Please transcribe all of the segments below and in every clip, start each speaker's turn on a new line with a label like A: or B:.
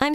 A: I'm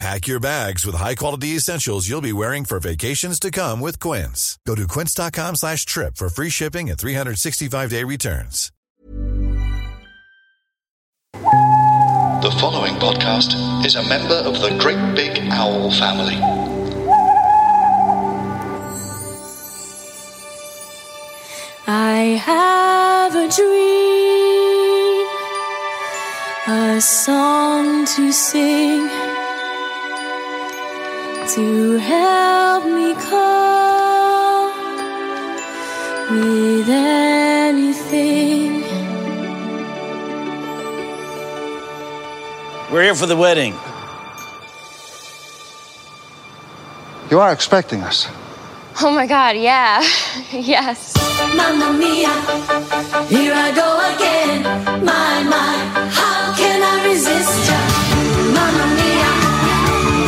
B: Pack your bags with high-quality essentials you'll be wearing for vacations to come with Quince. Go to quince.com slash trip for free shipping and 365-day returns.
C: The following podcast is a member of the Great Big Owl family.
D: I have a dream, a song to sing to help me cope with anything.
E: We're here for the wedding.
F: You are expecting us.
G: Oh my god, yeah. yes. Mamma mia, here I go again. My, my, how can I resist ya? Mamma mia,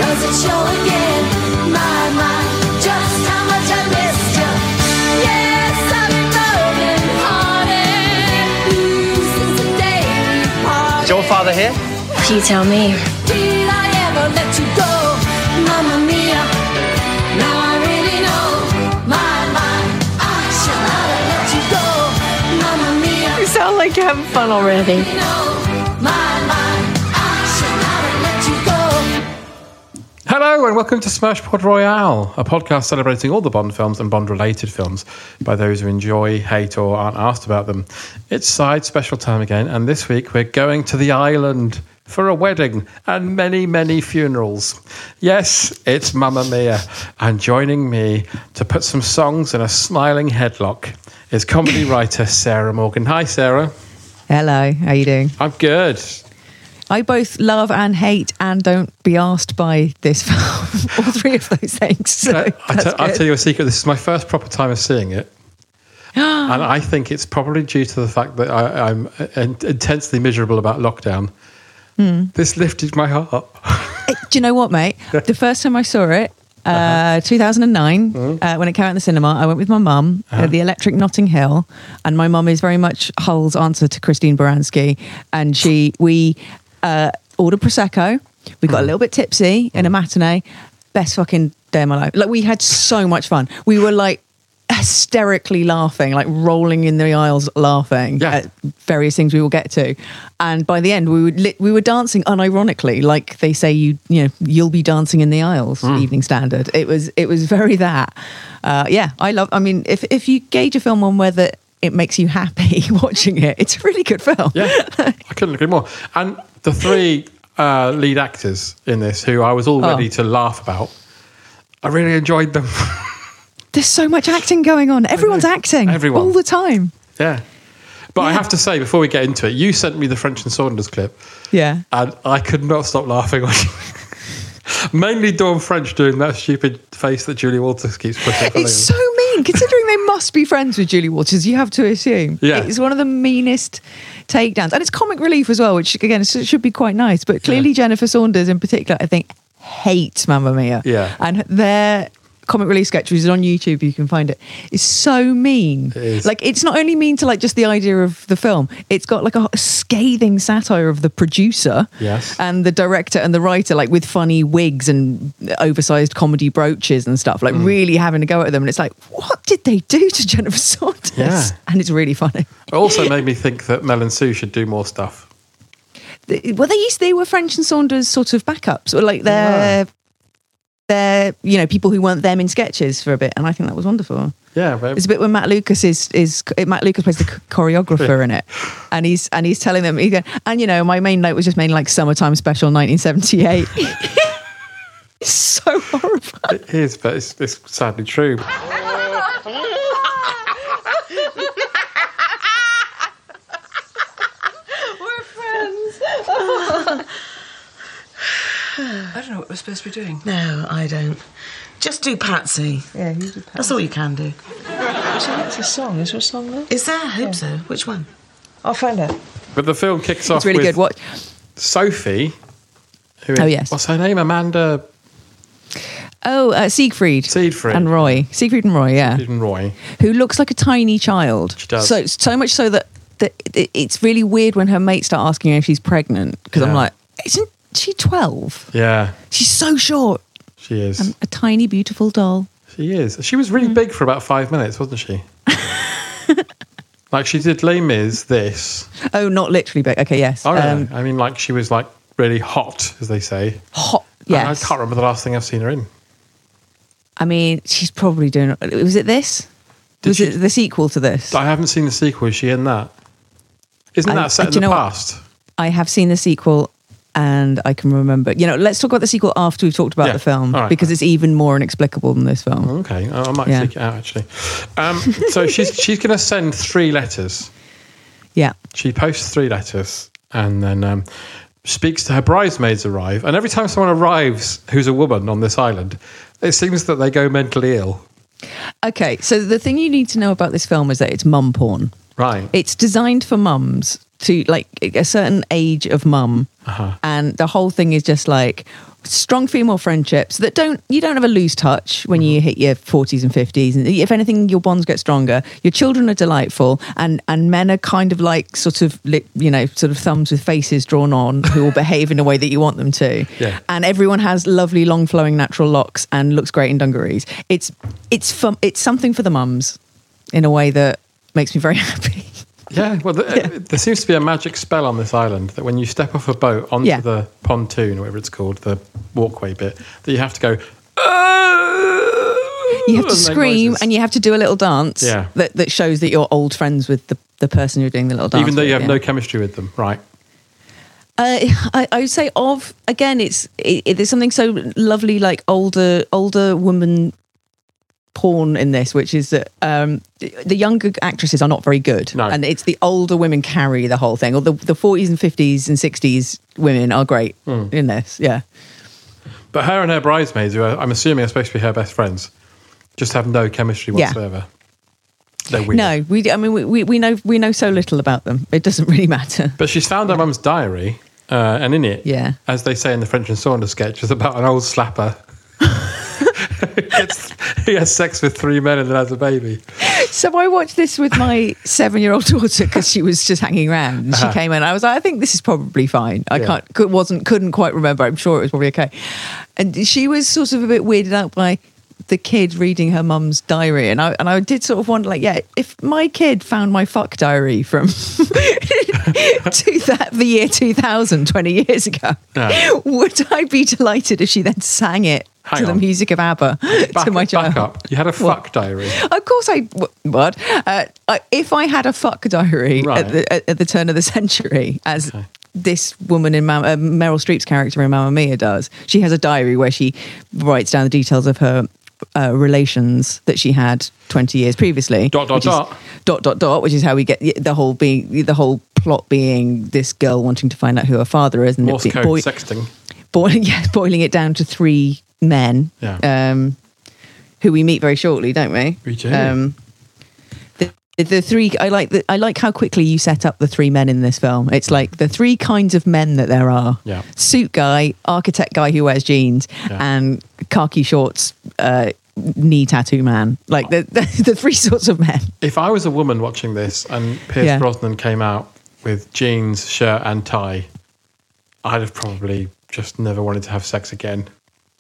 G: does it show again? My, my, just how much I missed ya. Yes, I've been broken hearted. Ooh, since the day we parted.
E: Is your father here?
G: You tell me. Did I ever let you go? Mamma mia. Now I really know. My, my, I shall not have let you go. Mamma mia.
H: You sound like you're having fun already.
G: You know. My, my, I shall not have let you go.
I: Hello and welcome to Smash Pod Royale, a podcast celebrating all the Bond films and Bond related films by those who enjoy, hate, or aren't asked about them. It's side special time again, and this week we're going to the island for a wedding and many, many funerals. Yes, it's Mamma Mia, and joining me to put some songs in a smiling headlock is comedy writer Sarah Morgan. Hi, Sarah.
J: Hello, how you doing?
I: I'm good.
J: I both love and hate and don't be asked by this film. All three of those things. So
I: I- I
J: that's
I: te- I'll
J: good.
I: tell you a secret. This is my first proper time of seeing it. and I think it's probably due to the fact that I, I'm uh, in- intensely miserable about lockdown.
J: Hmm.
I: This lifted my heart.
J: Eh, Do you know what, mate? The first time I saw it, uh, 2009, uh, when it came out in the cinema, I went with my mum at the Electric Notting Hill, and my mum is very much Hull's answer to Christine Baranski, and she we uh, ordered prosecco. We got a little bit tipsy in a matinee. Best fucking day of my life. Like we had so much fun. We were like hysterically laughing, like rolling in the aisles laughing Uh,
I: Yeah.
J: at various things we will get to. And by the end, we would lit we were dancing unironically, like they say you you know you'll be dancing in the aisles.
I: Hmm.
J: Evening Standard. It was it was very that. Uh, yeah, I love. I mean, if if you gauge a film on whether it makes you happy watching it, it's a really good film.
I: Yeah, I couldn't agree more. And the three uh, lead actors in this, who I was all ready
J: Oh.
I: to laugh about, I really enjoyed them.
J: There's so much acting going on. Everyone's acting.
I: Everyone.
J: all the time.
I: yeah. But I
J: Yeah.
I: have to say, before we get into it, you sent me the French and Saunders clip,
J: Yeah.
I: and I could not stop laughing. on Mainly Dawn French doing that stupid face that Julie Walters keeps putting. up.
J: It's so mean, considering they must be friends with Julie Waters. You have to assume.
I: Yeah.
J: It's one of the meanest takedowns. And it's comic relief as well, which, again, sh- should be quite nice. But clearly, Jennifer Saunders in particular, I think, hates Mamma Mia.
I: Yeah.
J: And their comic relief sketch, which is on YouTube, you can find it, is so mean.
I: is.
J: Like, it's not only mean to, like, just the idea of the film, it's got, like, a scathing satire of the producer
I: Yes.
J: and the director and the writer, like with funny wigs and oversized comedy brooches and stuff, like really having a go at them. And it's like, what did they do to Jennifer Saunders?
I: Yeah.
J: And it's really funny.
I: It also made me think that Mel and Sue should do more stuff.
J: The- Well, they used they were French and Saunders sort of backups, or like their their you know people who weren't them in sketches for a bit, and I think that was wonderful.
I: Yeah, but
J: There's a bit where Matt Lucas is is Matt Lucas plays the ch- choreographer in it, and he's and he's telling them. He's going, and you know, my main note was just mainly like summertime special 1978. it's so horrible.
I: it is, but it's, it's sadly true.
E: We're friends.
K: I don't know what we're supposed to be doing.
E: no, I don't. Just do Patsy. Yeah, you do Patsy. That's all you can do.
K: She that's a song. Is there a song there?
E: Is there? I hope so. Which one?
K: I'll find out.
I: But the film kicks off.
J: really
I: with
J: good. What?
I: Sophie. who is-
J: Oh, yes.
I: What's her name? Amanda
J: Oh, uh, Siegfried.
I: Siegfried.
J: and Roy. Siegfried and Roy. Yeah.
I: Eden Roy.
J: who looks like a tiny child. She
I: does.
J: So so much so that, that it, it's really weird when her mates start asking her if she's pregnant because
I: Yeah.
J: I'm like, isn't she twelve?
I: Yeah,
J: She's so short.
I: she is.
J: And a tiny, beautiful doll.
I: she is. She was really
J: Mm.
I: big for about five minutes, wasn't she? like she did Les Mis, this.
J: Oh, not literally big. Okay, yes.
I: Oh, really?
J: Um,
I: I mean, like she was like really hot, as they say.
J: hot.
I: And
J: Yes.
I: I can't remember the last thing I've seen her in.
J: I mean, she's probably doing. Was it this? was it the sequel to this?
I: I haven't seen the sequel. Is she in that? Isn't
J: I-
I: that set
J: I- do
I: in
J: you
I: the
J: know what?
I: past?
J: I have seen the sequel. And I can remember, you know. Let's talk about the sequel after we've talked about
I: Yeah.
J: the film
I: All right. Mm-hmm.
J: because it's even more inexplicable than this film.
I: Okay, I I might
J: Yeah.
I: seek it out actually. Um, so she's she's going to send three letters.
J: Yeah.
I: She posts three letters and then um, speaks to her bridesmaids arrive. And every time someone arrives who's a woman on this island, it seems that they go mentally ill.
J: Okay, so the thing you need to know about this film is that it's mum porn.
I: Right.
J: It's designed for mums to like a certain age of mum,
I: Uh-huh.
J: and the whole thing is just like strong female friendships that don't you don't have a loose touch
I: Mm-hmm.
J: when you hit your 40s and 50s and if anything your bonds get stronger your children are delightful and and men are kind of like sort of li- you know sort of thumbs with faces drawn on who will behave in a way that you want them to
L: Yeah.
J: and everyone has lovely long flowing natural locks and looks great in dungarees it's it's fun it's something for the mums in a way that makes me very happy
I: Yeah. Well, the, there seems to be a magic spell on this island that when you step off a boat onto
J: Yeah.
I: the pontoon, or whatever it's called, the walkway bit, that you have to go.
J: you have to
I: And make
J: scream
I: noises.
J: and you have to do a little dance
I: Yeah.
J: that, that shows that you're old friends with the, the person you're doing the little dance
I: Even though you
J: with,
I: have
J: yeah.
I: no chemistry with them, right?
J: Uh, I, I would say of again, it's it, it- there's something so lovely, like older older woman porn in this, which is that um, the the younger actresses are not very good, and it's the older women carry the whole thing. Or the the 40s and 50s and 60s women are great
I: Hmm.
J: in this. Yeah,
I: But her and her bridesmaids, who are, I'm assuming are supposed to be her best friends, just have no chemistry
J: Yeah.
I: whatsoever. They're weird.
J: no, we I mean we, we we know we know so little about them. It doesn't really matter.
I: But she's found her mum's diary, uh, and in it,
J: Yeah.
I: as they say in the French and Saunders sketch, is about an old slapper. who gets- he has sex with three men and then has a baby.
J: So I watched this with my seven-year-old daughter because she was just hanging around. And she
I: Uh-huh.
J: came in. I was like, I think this is probably fine. I
I: Yeah.
J: can't, could, wasn't, couldn't quite remember. I'm sure it was probably okay. And she was sort of a bit weirded out by the kid reading her mum's diary, and I and I did sort of wonder, like, yeah, if my kid found my fuck diary from to that the year 2000, 20 years ago,
I: Yeah.
J: would I be delighted if she then sang it
I: Hang
J: to
I: on.
J: the music of ABBA
I: Back,
J: to my child?
I: back up. You had a fuck diary.
J: Of course, I w- what? Uh, I- if I had a fuck diary
I: Right.
J: at, the, at, at the turn of the century, as this woman in Mam- uh, Meryl Streep's character in Mamma Mia does, she has a diary where she writes down the details of her uh, relations that she had twenty years previously.
I: Dot, dot,
J: which is-
I: dot.
J: dot dot dot, which is how we get the whole being the whole plot being this girl wanting to find out who her father is and it
I: Morse
J: be-
I: code
J: boy-
I: sexting.
J: boiling, yeah, boiling it down to three men,
I: Yeah.
J: um, who we meet very shortly, don't we?
I: We do.
J: the, the three, I like the, I like how quickly you set up the three men in this film. It's like the three kinds of men that there are:
I: Yeah.
J: suit guy, architect guy who wears jeans,
I: Yeah.
J: and khaki shorts, uh, knee tattoo man. Like the, the the three sorts of men.
I: If I was a woman watching this and Pierce
J: Yeah.
I: Brosnan came out with jeans, shirt, and tie, I'd have probably just never wanted to have sex again.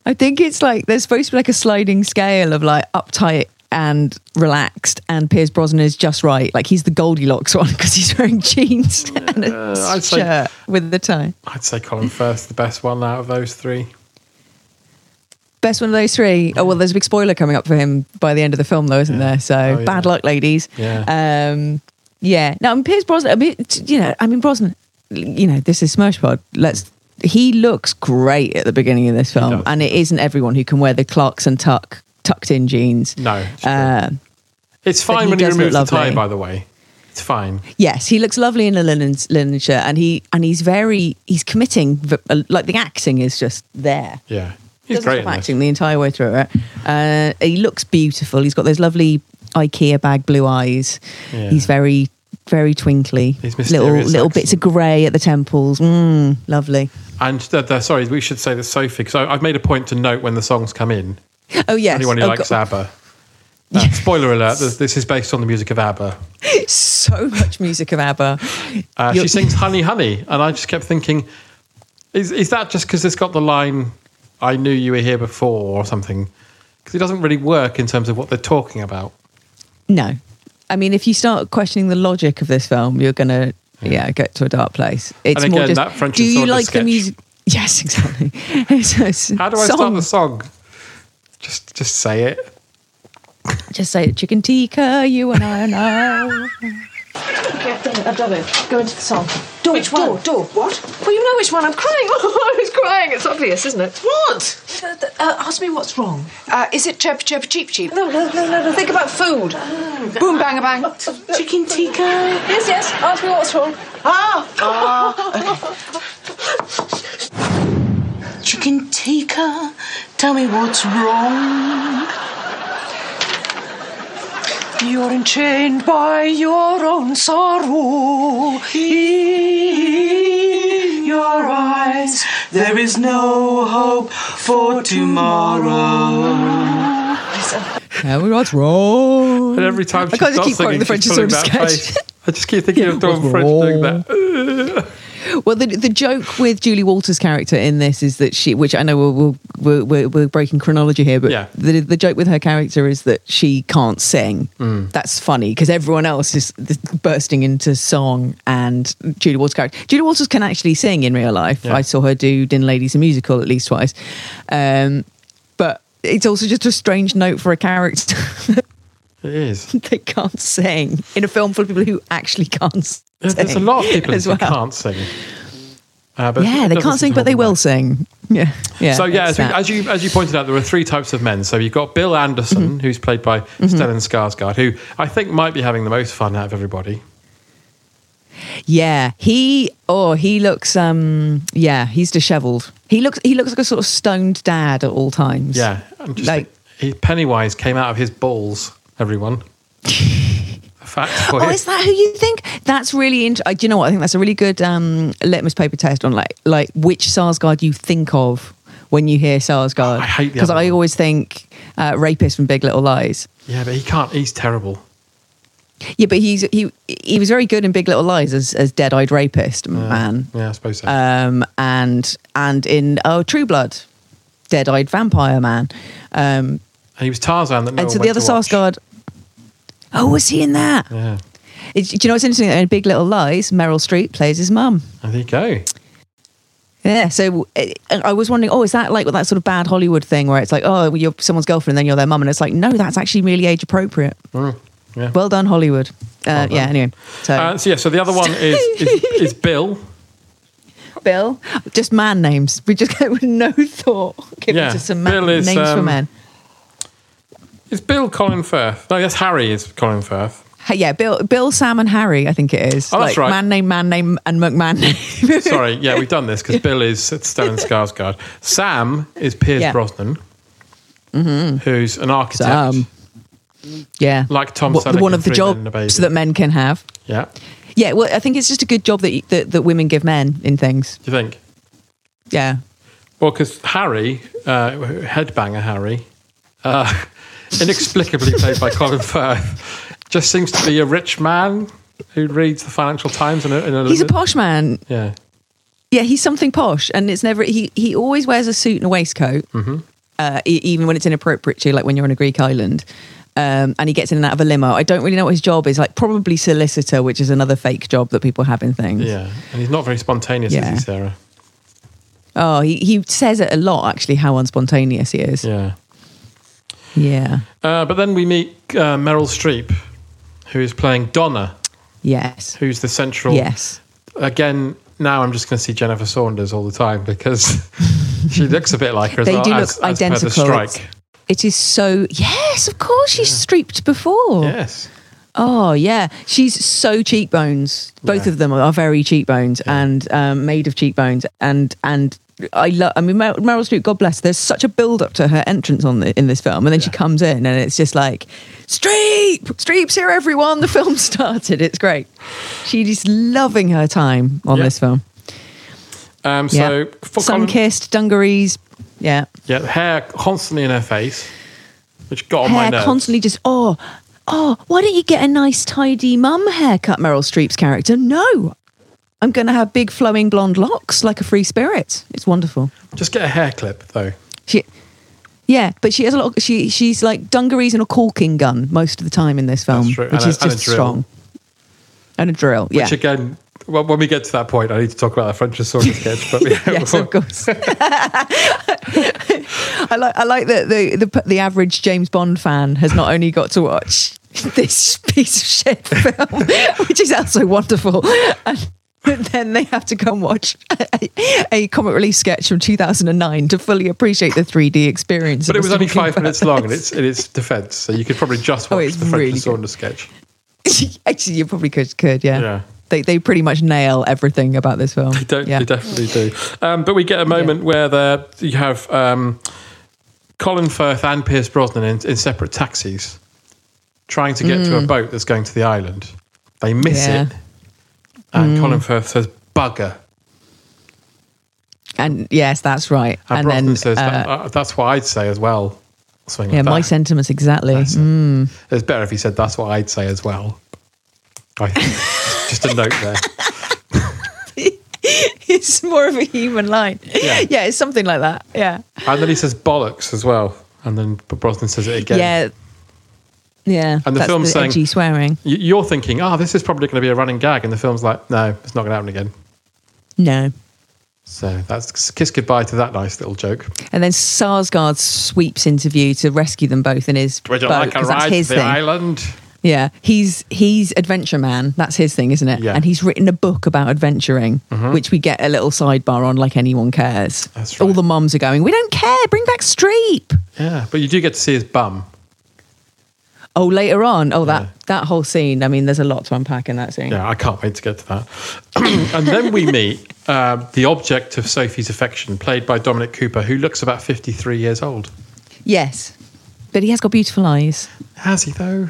J: I think it's like there's supposed to be like a sliding scale of like uptight and relaxed, and Piers Brosnan is just right. Like he's the Goldilocks one because he's wearing jeans and a
I: Uh, I'd say-
J: shirt with the tie.
I: I'd say Colin Firth's the best one out of those three.
J: Best one of those three. Oh well, there's a big spoiler coming up for him by the end of the film, though, isn't there? So
I: Oh, yeah.
J: bad luck, ladies.
I: Yeah.
J: Um, yeah. Now, and Piers Brosnan. I mean, t- you know, I mean Brosnan. You know, this is Smosh Pod. Let's. He looks great at the beginning of this film, and it isn't everyone who can wear the Clarkson tuck tucked in jeans.
I: No,
J: Um,
I: it's
J: But
I: fine
J: he
I: when he
J: does look
I: removes the tie.
J: lovely.
I: By the way, it's fine.
J: Yes, he looks lovely in a linen, linen shirt, and he and he's very he's committing. v- uh, Like the acting is just there.
I: Yeah, he's
J: Doesn't
I: great.
J: stop
I: In this.
J: acting the entire way through it. Uh, he looks beautiful. He's got those lovely IKEA bag blue eyes.
I: Yeah.
J: He's very very twinkly.
I: He's
J: little
I: mysterious
J: little bits of grey at the temples. Mm, lovely.
I: And the, the, sorry, we should say the Sophie because I've made a point to note when the songs come in.
J: Oh yes.
I: Anyone who
J: Oh,
I: likes
J: God.
I: ABBA. Uh, spoiler alert: this, this is based on the music of ABBA.
J: so much music of ABBA.
I: Uh,
J: You're-
I: she sings "Honey, Honey," and I just kept thinking, is is that just because it's got the line "I knew you were here before" or something? Because it doesn't really work in terms of what they're talking about.
J: No. I mean, if you start questioning the logic of this film, you're going to, yeah, get to a dark place. It's
I: And
J: more
I: again,
J: just,
I: that French
J: do
I: and
J: you
I: Saunders
J: like the
I: sketch.
J: music? Yes, exactly. How
I: How do I start the song? Just just say it.
J: Just say chicken tikka, you and I and I.
K: Okay, I've done it. I've done it. Go into the song. Door, which one? Door, door. What? Well, you know which one. I'm crying. Oh, I was crying. It's obvious, isn't it? What? Uh, th- uh, ask me what's wrong. Uh, is it chirp, chirp, cheep, cheep? No, no, no, no, no. Think about food. Boom, bang, a bang. Chicken tikka. Yes, yes. Ask me what's wrong. Ah.
E: Chicken tikka, tell me what's wrong.
K: You're enchained by your own sorrow. In your eyes,
E: There is no hope for tomorrow.
J: Tell me what's wrong.
I: And every time
J: Mm. I
I: she
J: can't
I: starts
J: just keep quoting
I: singing,
J: the French
I: she's
J: sort of
I: pulling that face.
J: sketch.
I: I just keep thinking of Dawn French doing that.
J: well, the, the joke with Julie Walters' character in this is that she, which I know we're, we're- we're, we're, we're breaking chronology here, but
I: Yeah.
J: the, the joke with her character is that she can't sing.
I: Mm.
J: That's funny because everyone else is th- bursting into song, and Julie Walters' character. Julie Walters can actually sing in real life.
I: Yeah.
J: I saw her do Din Ladies a musical at least twice. Um, but it's also just a strange note for a character.
I: It is.
J: they can't sing in a film full of people who actually can't sing.
I: There's, there's a lot of people
J: as
I: who
J: well.
I: can't sing. Uh, but
J: yeah,
I: it
J: they
I: doesn't
J: can't
I: seem
J: sing,
I: to
J: but they
I: hold them
J: will
I: back.
J: sing. Yeah, yeah.
I: so yeah,
J: it's
I: as, we,
J: that.
I: as you as you pointed out, there are three types of men. So you've got Bill Anderson,
J: Mm-hmm.
I: who's played by Stellan Skarsgård, who I think might be having the most fun out of everybody.
J: yeah, he oh he looks um yeah he's dishevelled. He looks he looks like a sort of stoned dad at all times.
I: Yeah, I'm just
J: Like-
I: like he, Pennywise came out of his balls. Everyone, a fact for
J: Oh,
I: you.
J: is that who you think? That's really interesting. Do you know what? I think that's a really good um, litmus paper test on like like which Sarsgaard you think of when you hear Sarsgaard. I
I: hate the
J: because
I: other
J: I
I: one.
J: always think uh, rapist from Big Little Lies.
I: Yeah, but he can't. He's terrible.
J: Yeah, but he's he he was very good in Big Little Lies as as dead eyed rapist man.
I: Yeah, I suppose so.
J: um, and and in oh True Blood, Dead Eyed Vampire Man, um,
I: and he was Tarzan. That no
J: and
I: one
J: so the
I: went
J: other
I: to watch.
J: Sarsgaard. Oh, was he in that?
I: Yeah,
J: It's- do you know what's interesting? In Big Little Lies, Meryl Streep plays his mum.
I: and there you go.
J: Yeah, so uh, I was wondering, oh, is that like that sort of bad Hollywood thing where it's like, oh, well, you're someone's girlfriend and then you're their mum, and it's like, no, that's actually really age appropriate.
I: Mm, yeah.
J: Well done, Hollywood. Uh,
I: Well done.
J: yeah. Anyway, so
I: Uh, so yeah, so the other one is is, is Bill.
J: Bill, just man names. We just go with no thought. Give
I: Yeah,
J: us just some man,
I: Bill is,
J: names for
I: um,
J: men.
I: Is Bill Colin Firth? No, that's Harry. Is Colin Firth?
J: Hey, Yeah, Bill, Bill, Sam, and Harry. I think it is.
I: Oh, that's
J: like,
I: right.
J: Man name, man name, and McMahon name.
I: Sorry, yeah, we've done this because Bill is it's Stellan Skarsgård. Sam is Piers
J: Yeah. Mm-hmm.
I: Brosnan, who's an architect.
J: Sam. um, yeah,
I: Like Tom
J: What-
I: Selleck
J: one
I: in
J: of the
I: Three Men and a Baby.
J: jobs that men can have.
I: Yeah,
J: Yeah, well, I think it's just a good job that, you- that that women give men in things.
I: do you think?
J: Yeah,
I: Well, because Harry, uh, headbanger Harry, uh, inexplicably played by Colin Firth, just seems to be a rich man who reads the Financial Times in a. In a
J: he's a posh man.
I: yeah,
J: Yeah, he's something posh, and it's never he. He always wears a suit and a waistcoat,
I: Mm-hmm.
J: uh, e- even when it's inappropriate to, like when you're on a Greek island. Um, and he gets in and out of a limo. I don't really know what his job is. Like probably solicitor, which is another fake job that people have in things.
I: yeah, and he's not very spontaneous,
J: Yeah.
I: is he, Sarah?
J: Oh, he, he says it a lot, actually, how unspontaneous he is.
I: Yeah.
J: Yeah.
I: Uh, but then we meet uh, Meryl Streep, who is playing Donna.
J: Yes.
I: Who's the central.
J: Yes.
I: Again, now I'm just going to see Jennifer Saunders all the time because she looks a bit like her as
J: They
I: well
J: do look
I: as, as per
J: identical.
I: the
J: It's-
I: strike.
J: It is so. Yes, of course. She's streeped before.
I: Yes.
J: Oh, yeah. She's so cheekbones. Both
I: Yeah.
J: of them are very cheekbones and um, made of cheekbones. And, and, I love. I mean, Mer- Meryl Streep. God bless. There's such a build up to her entrance on the, in this film, and then she comes in, and it's just like Streep, Streep's here, everyone. The film started. It's great. She's loving her time on this film.
I: Um,
J: Yeah.
I: so, for
J: sun
I: Colin-
J: kissed dungarees. Yeah.
I: yeah, hair constantly in her face, which got on my
J: hair
I: nerves.
J: constantly just oh oh why don't you get a nice tidy mum haircut meryl streep's character no i'm going to have big flowing blonde locks like a free spirit it's wonderful
I: Just get a hair clip, though.
J: she yeah but she has a lot of, she she's like dungarees and a caulking gun most of the time in this film
I: true.
J: which
I: And a-
J: is
I: and a
J: just
I: drill.
J: strong and a drill yeah
I: Which again, well, when we get to that point, I need to talk about that French Saunders sketch. But yes, of
J: course. I like I like that the, the the average James Bond fan has not only got to watch this piece of shit film, which is also wonderful, and then they have to go and watch a, a comic relief sketch from 2009 to fully appreciate the 3D experience.
I: but
J: of
I: it
J: a
I: was only
J: stalking
I: five minutes
J: person.
I: long, and it's in its defence, so you could probably just
J: Oh,
I: watch the French Saunders sketch.
J: Actually, you probably could, could yeah.
I: Yeah.
J: They, they pretty much nail everything about this film.
I: They don't. They definitely do. Um, but we get a moment where the, you have um, Colin Firth and Pierce Brosnan in, in separate taxis, trying to get to a
L: Mm.
I: boat that's going to the island. They miss
L: Yeah.
I: it, and
J: Mm.
I: Colin Firth says "bugger,"
J: And yes, that's right.
I: and,
J: And,
I: Brosnan
J: then
I: says that,
J: uh,
I: uh, "That's what I'd say as well." Something like
J: yeah, my
I: that.
J: sentiments exactly. Mm.
I: It's better if he said, "That's what I'd say as well." I think. Just a note there.
J: it's more of a human line.
I: Yeah.
J: it's something like that. Yeah.
I: And then he says bollocks as well. And then Brosnan says it again.
J: Yeah. Yeah.
I: And the
J: that's
I: film's saying-
J: edgy swearing.
I: Y- You're thinking, oh, this is probably going to be a running gag. And the film's like, no, it's not going to happen again.
J: No.
I: So that's kiss goodbye to that nice little joke.
J: And then Sarsgaard sweeps interview to rescue them both in his
I: Would you
J: boat,
I: like a
J: 'cause that's
I: ride to
J: his
I: the
J: thing.
I: island?
J: Yeah, he's he's adventure man. That's his thing, isn't it?
I: Yeah.
J: And he's written a book about adventuring,
I: Mhm.
J: which we get a little sidebar on, like anyone cares. That's right. All the mums are going, we don't care. Bring back Streep.
I: Yeah, but you do get to see his bum.
J: Oh, later on. Oh, that that whole scene. I mean, there's a lot to unpack in that scene.
I: Yeah, I can't wait to get to that. and then we meet uh, the object of Sophie's affection, played by Dominic Cooper, who looks about 53 years old.
J: Yes, but he has got beautiful eyes.
I: Has he though?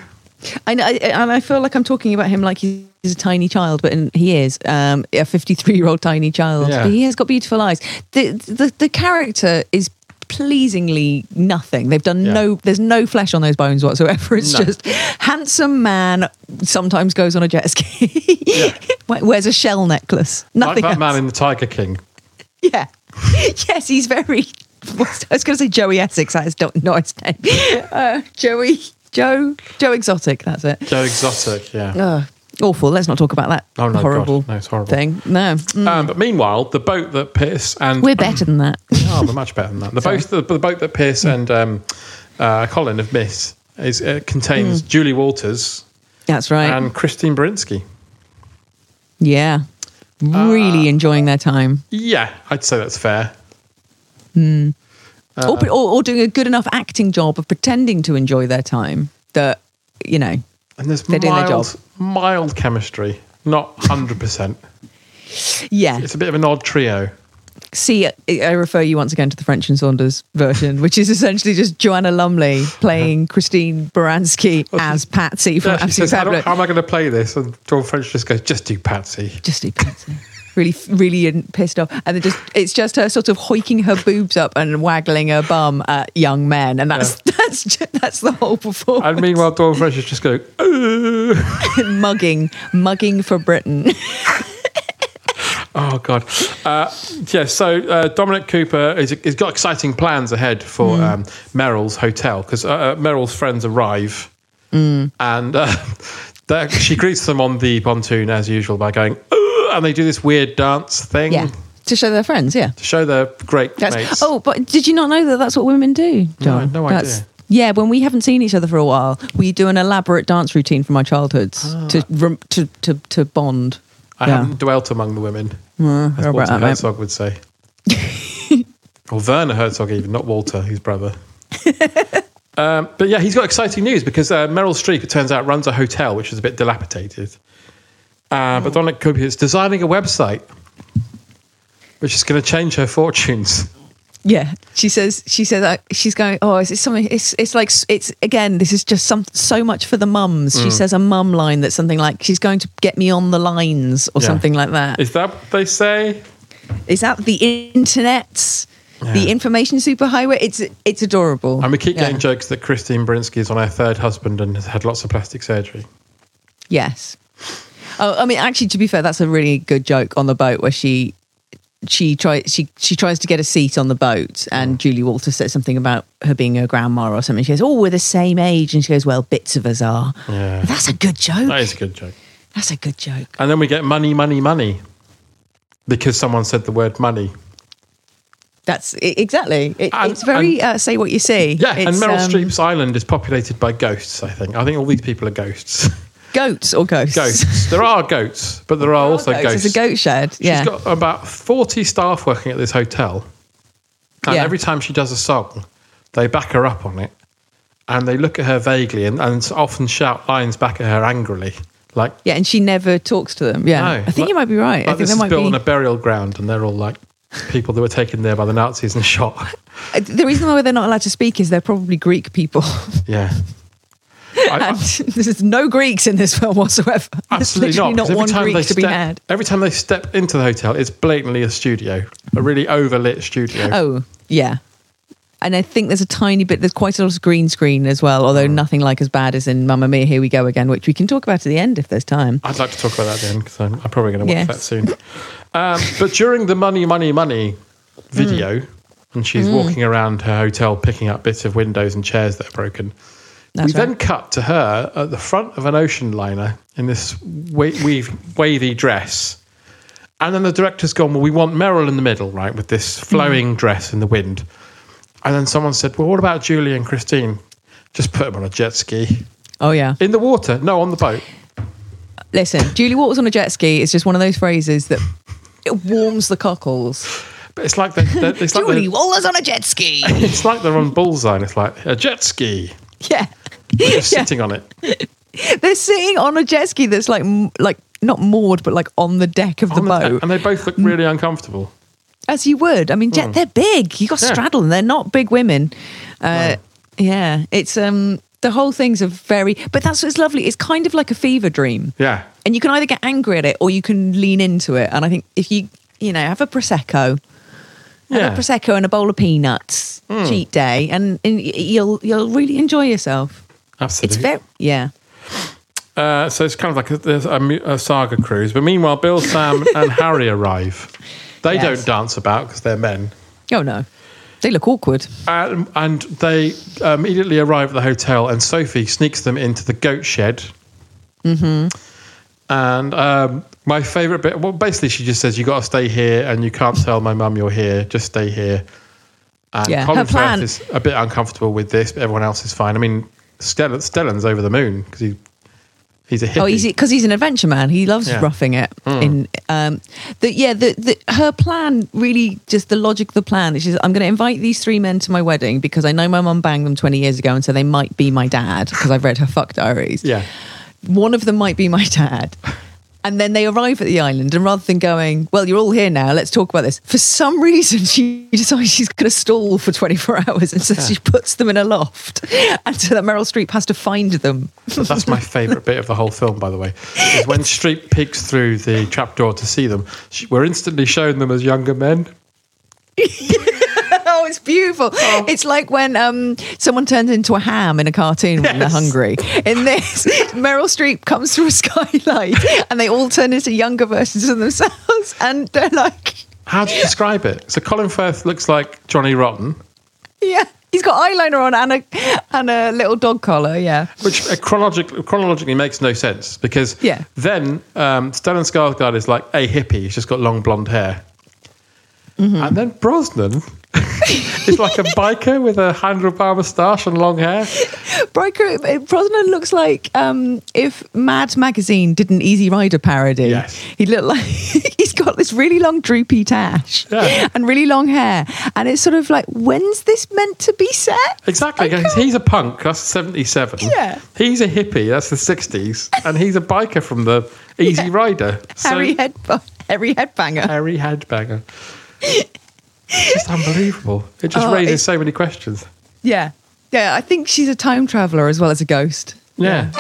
J: I know, I- and I feel like I'm talking about him like he's a tiny child, but in, he is um, a 53 year old tiny child.
M: Yeah.
J: But he has got beautiful eyes. The, the the character is pleasingly nothing. They've done no. There's no flesh on those bones whatsoever. It's
M: No.
J: just handsome man. Sometimes goes on a jet ski. we- Wears a shell necklace.
I: Like
J: Nothing.
I: that
J: else.
I: man in The Tiger King.
J: Yeah. yes, he's very. I was going to say Joey Essex. That is not not his name. Uh, Joey. Joe. Joe Exotic. That's it.
I: Joe Exotic, yeah.
J: Ugh, awful. Let's not talk about that
I: Oh, no, God.
J: horrible,
I: No, it's horrible.
J: thing. No. Mm.
I: Um, but meanwhile, the boat that Pierce and
J: We're better than that.
I: oh, we're much better than that. The
J: Sorry.
I: boat, the, the boat that Pierce and um, uh, Colin have missed is uh, contains Julie Walters
J: That's Hmm. right.
I: and Christine Baranski.
J: yeah.
I: uh,
J: Really enjoying their time.
I: Yeah, I'd say that's fair.
J: Mm.
I: Uh,
J: or, or, or doing a good enough acting job of pretending to enjoy their time that, you know,
I: and there's
J: they're doing their job.
I: mild, mild chemistry, not hundred percent.
J: Yeah.
I: it's a bit of an odd trio.
J: See, I- I refer you once again to the French and Saunders version, which is essentially just Joanna Lumley playing Christine Baranski as Patsy from
I: Uh-huh. Yeah, she
J: Absolute
I: says, how, do-
J: Fabulous.
I: how am I going to play this? And Dawn French just goes, "Just do Patsy."
J: Just do Patsy. really really in- pissed off and then just it's just her sort of hoiking her boobs up and waggling her bum at young men and that's that's ju- that's the whole performance
I: And meanwhile, Dawn French is just going,
J: mugging mugging for britain
I: Mm. Oh God! Uh, yeah, so uh, Dominic Cooper is, has got exciting plans ahead for
J: Mm.
I: um, Meryl's hotel because uh, Meryl's friends arrive,
J: Mm.
I: and uh, they're- she greets them on the pontoon as usual by going, "Ooh," and they do this weird dance thing.
J: Yeah. to show their friends. Yeah.
I: to show their great
J: That's,
I: mates.
J: Oh, but did you not know that that's what women do? John?
I: no
J: That's-
I: idea.
J: Yeah, when we haven't seen each other for a while, we do an elaborate dance routine from our childhoods to, rem- to to to bond.
I: Ah. I
J: Yeah.
I: haven't dwelt among the women.
J: Mm,
I: as
J: how about
I: Walter
J: that, mate?
I: Herzog would say. or Werner Herzog, even, not Walter, his brother. um, but yeah, he's got exciting news because uh, Meryl Streep, it turns out, runs a hotel which is a bit dilapidated. Uh, But Donna Cooper is designing a website which is going to change her fortunes.
J: Yeah, she says. She says uh, she's going. Oh, is it something? It's it's like s- it's again. This is just some so much for the mums. She
I: Mm.
J: says a mum line that's something like she's going to get me on the lines or
I: Yeah.
J: something like that.
I: Is that what they say?
J: Is that the internet? The information superhighway. It's it's adorable.
I: And we keep
J: Yeah.
I: getting jokes that Christine Brinsky is on her third husband and has had lots of plastic surgery.
J: Yes. Oh, I mean, actually, to be fair, that's a really good joke on the boat where she she tries she she tries to get a seat on the boat,
I: Mm.
J: and Julie Walters says something about her being her grandma or something. She goes, "Oh, we're the same age," and she goes, "Well, bits of us are."
I: Yeah.
J: That's a good joke.
I: That is a good joke.
J: That's a good joke.
I: And then we get money, money, money because someone said the word money.
J: That's i- exactly. It, it's very uh, say what you see.
I: Yeah,
J: it's,
I: and Meryl
J: um,
I: Streep's island is populated by ghosts, I think. I think all these people are ghosts.
J: Goats or ghosts?
I: Ghosts. There are goats, but there are also
J: goats.
I: ghosts.
J: It's a goat shed. Yeah.
I: She's got about 40 staff working at this hotel. And every time she does a song, they back her up on it and they look at her vaguely and, and often shout lines back at her angrily. Like,
J: yeah, and she never talks to them. Yeah,
I: No,
J: I think
I: like-
J: you might be right.
I: like
J: I think
I: this
J: there
I: is
J: might
I: built
J: be.
I: on a burial ground and they're all like people that were taken there by the Nazis and shot.
J: Uh, The reason why they're not allowed to speak is they're probably Greek people.
I: Yeah.
J: and there's no Greeks in this film whatsoever. There's
I: Absolutely
J: literally
I: not.
J: not,
I: 'cause every
J: one
I: time
J: Greek
I: they
J: to be
I: step-
J: had.
I: Every time they step into the hotel, it's blatantly a studio, a really overlit studio.
J: Oh, yeah. And I think there's a tiny bit, there's quite a lot of green screen as well,
I: Mm.
J: although nothing like as bad as in Mamma Mia, Here We Go Again, which we can talk about at the end if there's time.
I: I'd like to talk about that then because I'm, I'm probably going to watch
J: Yes.
I: that soon. Um, but during the money, money, money video, and she's
J: Mm.
I: walking around her hotel picking up bits of windows and chairs that are broken. we
J: That's
I: then cut to her at the front of an ocean liner in this wa- weave, wavy dress. And then the director's gone, Well, we want Meryl in the middle, right, with this
J: Mm.
I: flowing dress in the wind. And then someone said, Well, what about Julie and Christine? Just put them on a jet ski.
J: Oh, yeah.
I: In the water. No, on the boat.
J: Listen, Julie Waters on a jet ski is just one of those phrases that it warms the cockles.
I: But it's like the, the- it's like the-
J: Julie Waters on a jet ski.
I: it's like they're on bullseye and it's like a jet ski.
J: Yeah.
I: They're just
J: Yeah.
I: sitting on it.
J: They're sitting on a jet ski that's like, m- like not moored, but like on the deck of the
I: On
J: boat. Mm.
I: deck. And they both look really uncomfortable.
J: As you would. I mean, jet, they're big. You got to
I: Hmm. Yeah.
J: straddle them. They're not big women. Uh, Yeah, it's um the whole thing's a very. But that's what's lovely. It's kind of like a fever dream,
I: Yeah.
J: and you can either get angry at it or you can lean into it. And I think if you you know have a prosecco,
I: Yeah.
J: have a prosecco and a bowl of peanuts,
I: Mm.
J: cheat day, and, and y- you'll you'll really enjoy yourself.
I: Absolutely.
J: It's very yeah.
I: Uh, so it's kind of like a, there's a, mu- a saga cruise. But meanwhile, Bill, Sam, and Harry arrive. They
J: Yes.
I: don't dance about because they're men.
J: Oh no, they look awkward.
I: And, and they uh, immediately arrive at the hotel, and Sophie sneaks them into the goat shed.
J: Mm-hmm.
I: And um, my favourite bit, well, basically, she just says, "You got to stay here, and you can't tell my mum you're here. Just stay here." And
J: Yeah,
I: Colin
J: her plan-
I: Firth is a bit uncomfortable with this, but everyone else is fine. I mean, Stellan, Stellan's over the moon because he he's a hippie.
J: Oh, he's because he's an adventure man. He loves
I: Yeah.
J: roughing it.
I: Mm.
J: In um, the yeah, the, the her plan really just the logic of the plan. She says, "I'm going to invite these three men to my wedding because I know my mum banged them 20 years ago, and so they might be my dad because I've read her fuck diaries.
I: yeah,
J: One of them might be my dad." And then they arrive at the island, and rather than going, well, you're all here now, let's talk about this. For some reason, she decides she's going to stall for 24 hours, and so
I: Yeah.
J: she puts them in a loft, and so that Meryl Streep has to find them.
I: But that's my favourite bit of the whole film, by the way. Is when Streep peeks through the trapdoor to see them, she, we're instantly shown them as younger men.
J: oh, it's beautiful. It's like when um, someone turns into a ham in a cartoon when they're
I: Yes.
J: hungry. In this, Meryl Streep comes through a skylight and they all turn into younger versions of themselves. And they're like,
I: How do you describe it? So Colin Firth looks like Johnny Rotten,
J: yeah, he's got eyeliner on and a, and a little dog collar. Yeah.
I: which uh, chronologically, chronologically makes no sense because
J: Yeah.
I: then um, Stellan Skarsgård is like a hippie. He's just got long blonde hair. And then Brosnan is like a biker with a handlebar moustache and long hair.
J: Briker, Brosnan looks like um, if Mad Magazine did an Easy Rider parody.
I: Yes.
J: He looked like he's got this really long droopy tash
I: Yeah.
J: and really long hair. And it's sort of like, when's this meant to be set? Oh,
I: Exactly, because he's a punk. That's seventy-seven.
J: Yeah.
I: he's a hippie. That's the sixties, and he's a biker from the Easy Rider.
J: Harry, head, Harry Headbanger.
I: Harry Headbanger. It's just unbelievable. It just
J: Oh,
I: raises
J: it's-
I: so many questions.
J: Yeah. Yeah, I think she's a time traveler as well as a ghost.
I: Yeah.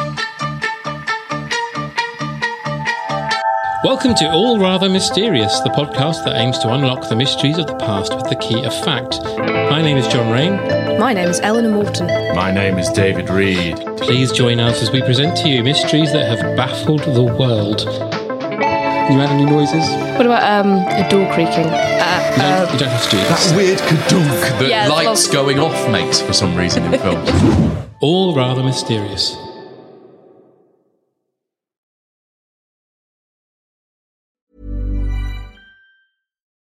L: Welcome to All Rather Mysterious, the podcast that aims to unlock the mysteries of the past with the key of fact. My name is John Rain.
M: My name is Eleanor Morton.
L: My name is David Reed. Please join us as we present to you mysteries that have baffled the world. You had any noises?
M: What about um, a door creaking? Uh,
L: No, you don't have to do this.
N: That weird kadunk that
M: Yeah,
N: lights going off makes for some reason in films.
L: All Rather Mysterious.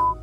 O: a-"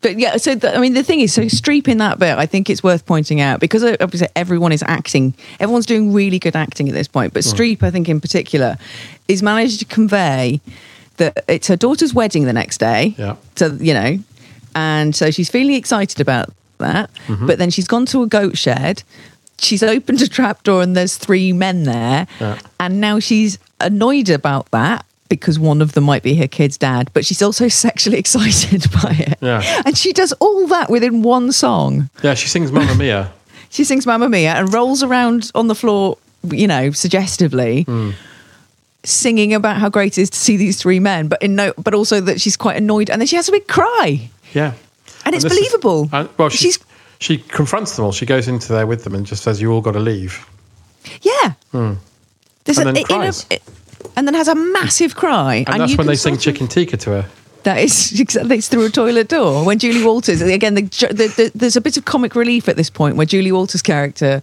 J: But yeah, so the, I mean, the thing is, so Streep in that bit, I think it's worth pointing out because uh, obviously everyone is acting, everyone's doing really good acting at this point. But
P: Mm.
J: Streep, I think in particular, is managed to convey that it's her daughter's wedding the next day.
I: Yeah.
J: So you know, and so she's feeling excited about that.
I: Mhm.
J: But then she's gone to a goat shed. She's opened a trapdoor and there's three men there.
I: Yeah.
J: And now she's annoyed about that because one of them might be her kid's dad, but she's also sexually excited by it.
I: Yeah.
J: And she does all that within one song.
I: Yeah, she sings Mamma Mia.
J: She sings Mamma Mia and rolls around on the floor, you know, suggestively,
I: Mm.
J: singing about how great it is to see these three men, but in no but also that she's quite annoyed and then she has a big cry.
I: Yeah.
J: And it's
I: this is-
J: believable.
I: and- well, she, she confronts them all. She goes into there with them and just says, You all got to leave.
J: Yeah.
I: Hmm.
J: There's
I: and
J: a-
I: then
J: in a-
I: cries.
J: and then has a massive cry.
I: and, that's
J: you
I: when
J: can
I: they
J: sort
I: sing Chicken Tikka to her.
J: That is exactly it's through a toilet door. When Julie Walters again, the, the, the, there's a bit of comic relief at this point where Julie Walters' character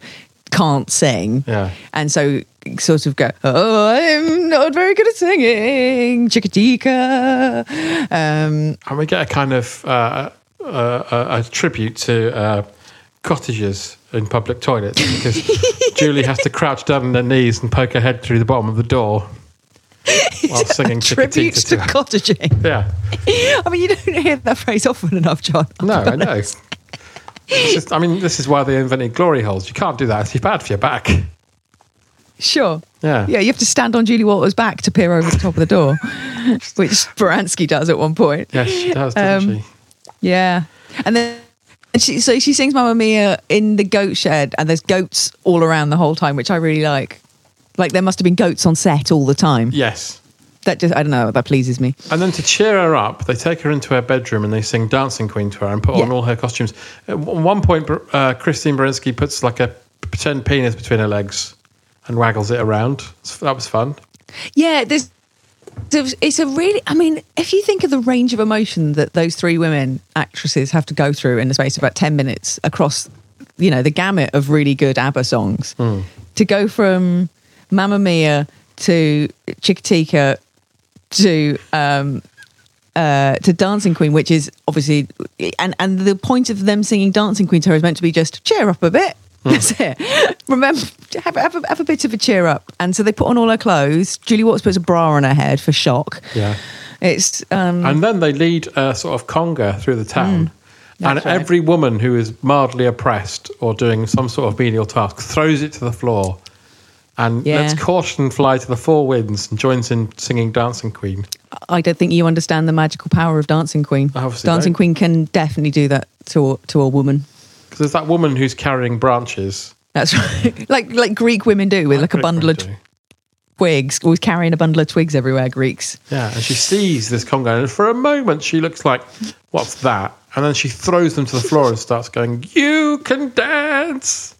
J: can't sing,
I: Yeah.
J: and so sort of go, "Oh, I'm not very good at singing, chickadeeka." Um,
I: And we get a kind of uh, uh, uh, a tribute to uh, cottagers in public toilets because Julie has to crouch down on her knees and poke her head through the bottom of the door while singing Chicken
J: tribute
I: Tikka
J: to
I: to her.
J: cottaging.
I: Yeah.
J: I mean, you don't hear that phrase often enough, John.
I: No, I know. It's just, I mean, this is why they invented glory holes. You can't do that. It's bad for your back.
J: Sure.
I: Yeah.
J: Yeah, you have to stand on Julie Walters' back to peer over the top of the door, which Baranski does at one point. Um,
I: Yes, she does, doesn't she?
J: Yeah, and then and she so she sings Mamma Mia in the goat shed, and there's goats all around the whole time, which I really like. Like there must have been goats on set all the time.
I: Yes.
J: that just I don't know that pleases me.
I: And then to cheer her up, they take her into her bedroom and they sing Dancing Queen to her and put on
J: Yeah.
I: all her costumes. At w- one point, uh, Christine Baranski puts like a pretend penis between her legs and waggles it around. So That was fun.
J: Yeah, there's. there's- It's a really, I mean, if you think of the range of emotion that those three women actresses have to go through in the space of about 10 minutes across, you know, the gamut of really good ABBA songs, to go from Mamma Mia to Chikitika to um, uh, to Dancing Queen, which is obviously, and and the point of them singing Dancing Queen to her is meant to be just cheer up a bit.
I: Hmm.
J: That's it. Remember, have, have, a, have a bit of a cheer up. And so they put on all her clothes. Julie Watts puts a bra on her head for shock.
I: Yeah.
J: It's um,
I: And then they lead a sort of conga through the town. and
J: Mm. that's right.
I: every woman who is mildly oppressed or doing some sort of menial task throws it to the floor. And
J: Yeah.
I: lets caution fly to the four winds and joins in singing Dancing Queen.
J: I don't think you understand the magical power of Dancing Queen.
I: obviously
J: Dancing
I: don't.
J: Queen can definitely do that to to a woman.
I: Because there's that woman who's carrying branches.
J: That's right. like like Greek women do with like, a bundle of twigs, always carrying a bundle of twigs everywhere. Greeks.
I: Yeah, and she sees this conga, and for a moment she looks like, "What's that?" And then she throws them to the floor and starts going, "You can dance."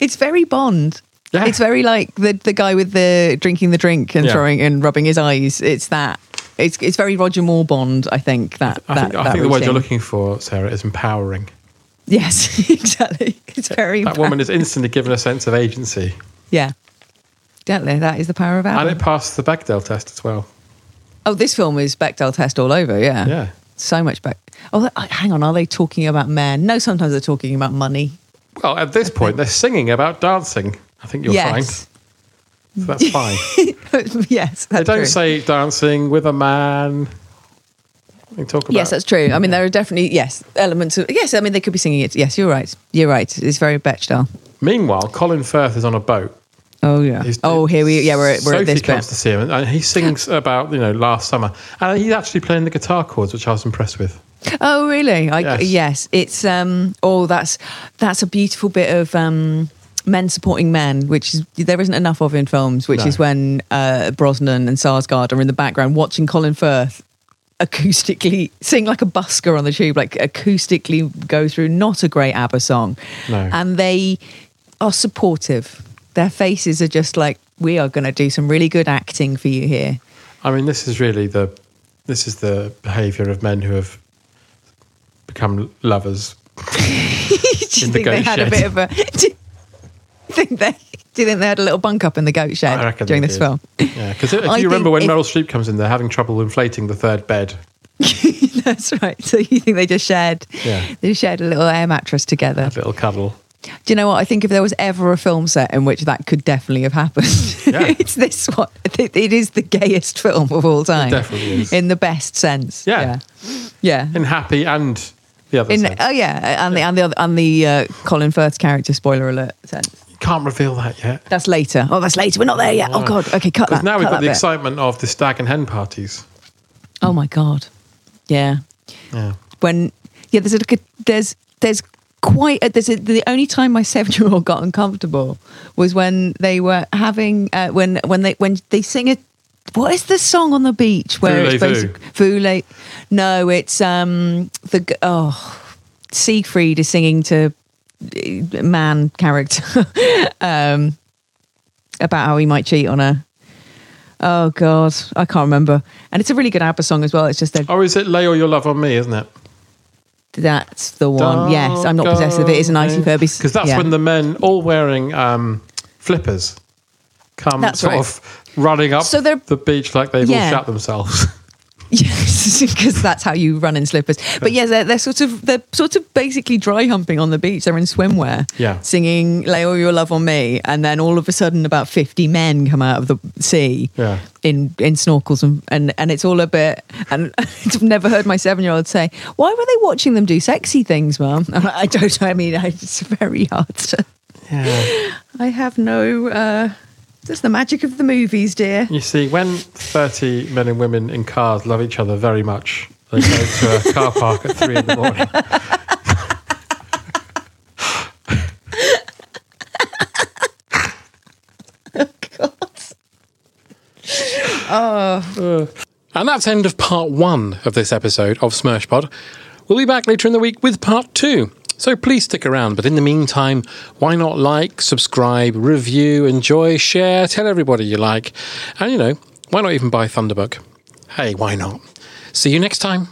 J: It's very Bond. It's very like the the guy with the drinking the drink and
I: Yeah.
J: throwing and rubbing his eyes. It's that. It's it's very Roger Moore Bond. I think that.
I: I
J: that,
I: think, I
J: that
I: think the word you're
J: routine.
I: looking for, Sarah, is empowering.
J: Yes, exactly. It's very
I: That woman is instantly given a sense of agency,
J: Yeah, definitely. That is the power of
I: and
J: Adam.
I: it passed the Bechdel test as well.
J: Oh, this film is Bechdel test all over. Yeah, yeah. So much Beck. Oh, th- hang on. Are they talking about men? No, sometimes they're talking about money.
I: Well, at this point, they're singing about dancing. I think you'll find so
J: Yes.
I: that's fine.
J: yes, that's
I: they don't
J: true.
I: say dancing with a man. They talk about
J: Yes, that's true. I mean, there are definitely yes elements of yes. I mean, they could be singing it. Yes, you're right. You're right. It's very Bechdel.
I: Meanwhile, Colin Firth is on a boat.
J: Oh yeah. oh, here we yeah we're, at- we're
I: Sophie
J: at this
I: comes
J: bit.
I: to see him, and he sings about you know last summer, and he's actually playing the guitar chords, which I was impressed with.
J: Oh really? I,
I: Yes.
J: yes. It's um. Oh, that's that's a beautiful bit of um. Men supporting men, which is there isn't enough of in films, which
I: No.
J: is when uh, Brosnan and Sarsgaard are in the background watching Colin Firth acoustically sing like a busker on the tube, like acoustically go through not a great ABBA song.
I: No.
J: And they are supportive. Their faces are just like, we are going to do some really good acting for you here.
I: I mean, this is really the this is the behaviour of men who have become lovers.
J: do you think they had a bit of a? Do you think they? Do you think they had a little bunk up in the goat
I: I
J: shed
I: reckon
J: Uh, during
I: they
J: this
I: did.
J: film?
I: Yeah, because if
J: I
I: you remember
J: think
I: when
J: if-
I: Meryl Streep comes in, they're having trouble inflating the third bed.
J: That's right. So you think they just shared?
I: Yeah.
J: They shared a little air mattress together.
I: A little cuddle.
J: Do you know what? I think if there was ever a film set in which that could definitely have happened, it's this one. It, it is the gayest film of all time.
I: definitely is.
J: in the best sense.
I: Yeah.
J: Yeah.
I: In happy and the other
J: In,
I: sense.
J: oh yeah, and the and the other- and the uh, Colin Firth character spoiler alert sense.
I: Can't reveal that yet.
J: That's later. Oh, that's later. We're not there yet. Oh
I: Right.
J: god. Okay, cut
I: 'Cause
J: that.
I: now we've got
J: cut that
I: the
J: bit.
I: excitement of the stag and hen parties.
J: Oh my god. Yeah.
I: Yeah.
J: When yeah, there's a like a- there's there's quite a, there's a, the only time my seven year old got uncomfortable was when they were having uh, when when they when they sing a what is the song on the beach where it's
G: Voulez-vous.
J: basic Voulez- no it's um the g- oh Siegfried is singing to uh, man character um about how he might cheat on her oh god I can't remember and it's a really good ABBA song as well it's just their
I: Oh, is it Lay All Your Love on Me, isn't it?
J: That's the one. yes, I'm not possessed of it. It's an icy Furby.
I: Because that's
J: yeah.
I: when the men, all wearing um, flippers, come
J: That's
I: sort
J: right.
I: of running up
J: So they're-
I: the beach like they've all
J: Yeah.
I: shot themselves.
J: yes, because that's how you run in slippers. But yeah, they're, they're sort of they're sort of basically dry humping on the beach. They're in swimwear,
G: Yeah.
J: singing "Lay All Your Love on Me," and then all of a sudden, about 50 men come out of the sea,
G: Yeah.
J: in in snorkels and and and it's all a bit. And I've never heard my seven year old say, "Why were they watching them do sexy things, mum?" I'm like, I don't. know. I mean, I- it's very hard. To, I have no. uh That's the magic of the movies, dear.
I: you see, when 30 men and women in cars love each other very much, they go to a car park at three in the morning.
J: Oh,
I: And that's end of part one of this episode of Smersh Pod. We'll be back later in the week with part two. So please stick around. But in the meantime, why not like, subscribe, review, enjoy, share, tell everybody you like. And you know, why not even buy Thunderbook? Hey, why not? See you next time.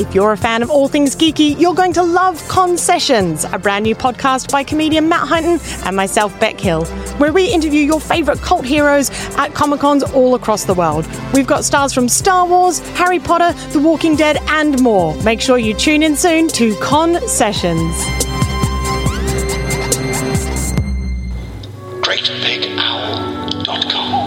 G: If you're a fan of all things geeky, you're going to love Concessions, a brand new podcast by comedian Matt Hunton and myself, Beck Hill, where we interview your favourite cult heroes at Comic Cons all across the world. We've got stars from Star Wars, Harry Potter, The Walking Dead, and more. Make sure you tune in soon to Concessions.
C: GreatBigOwl.com.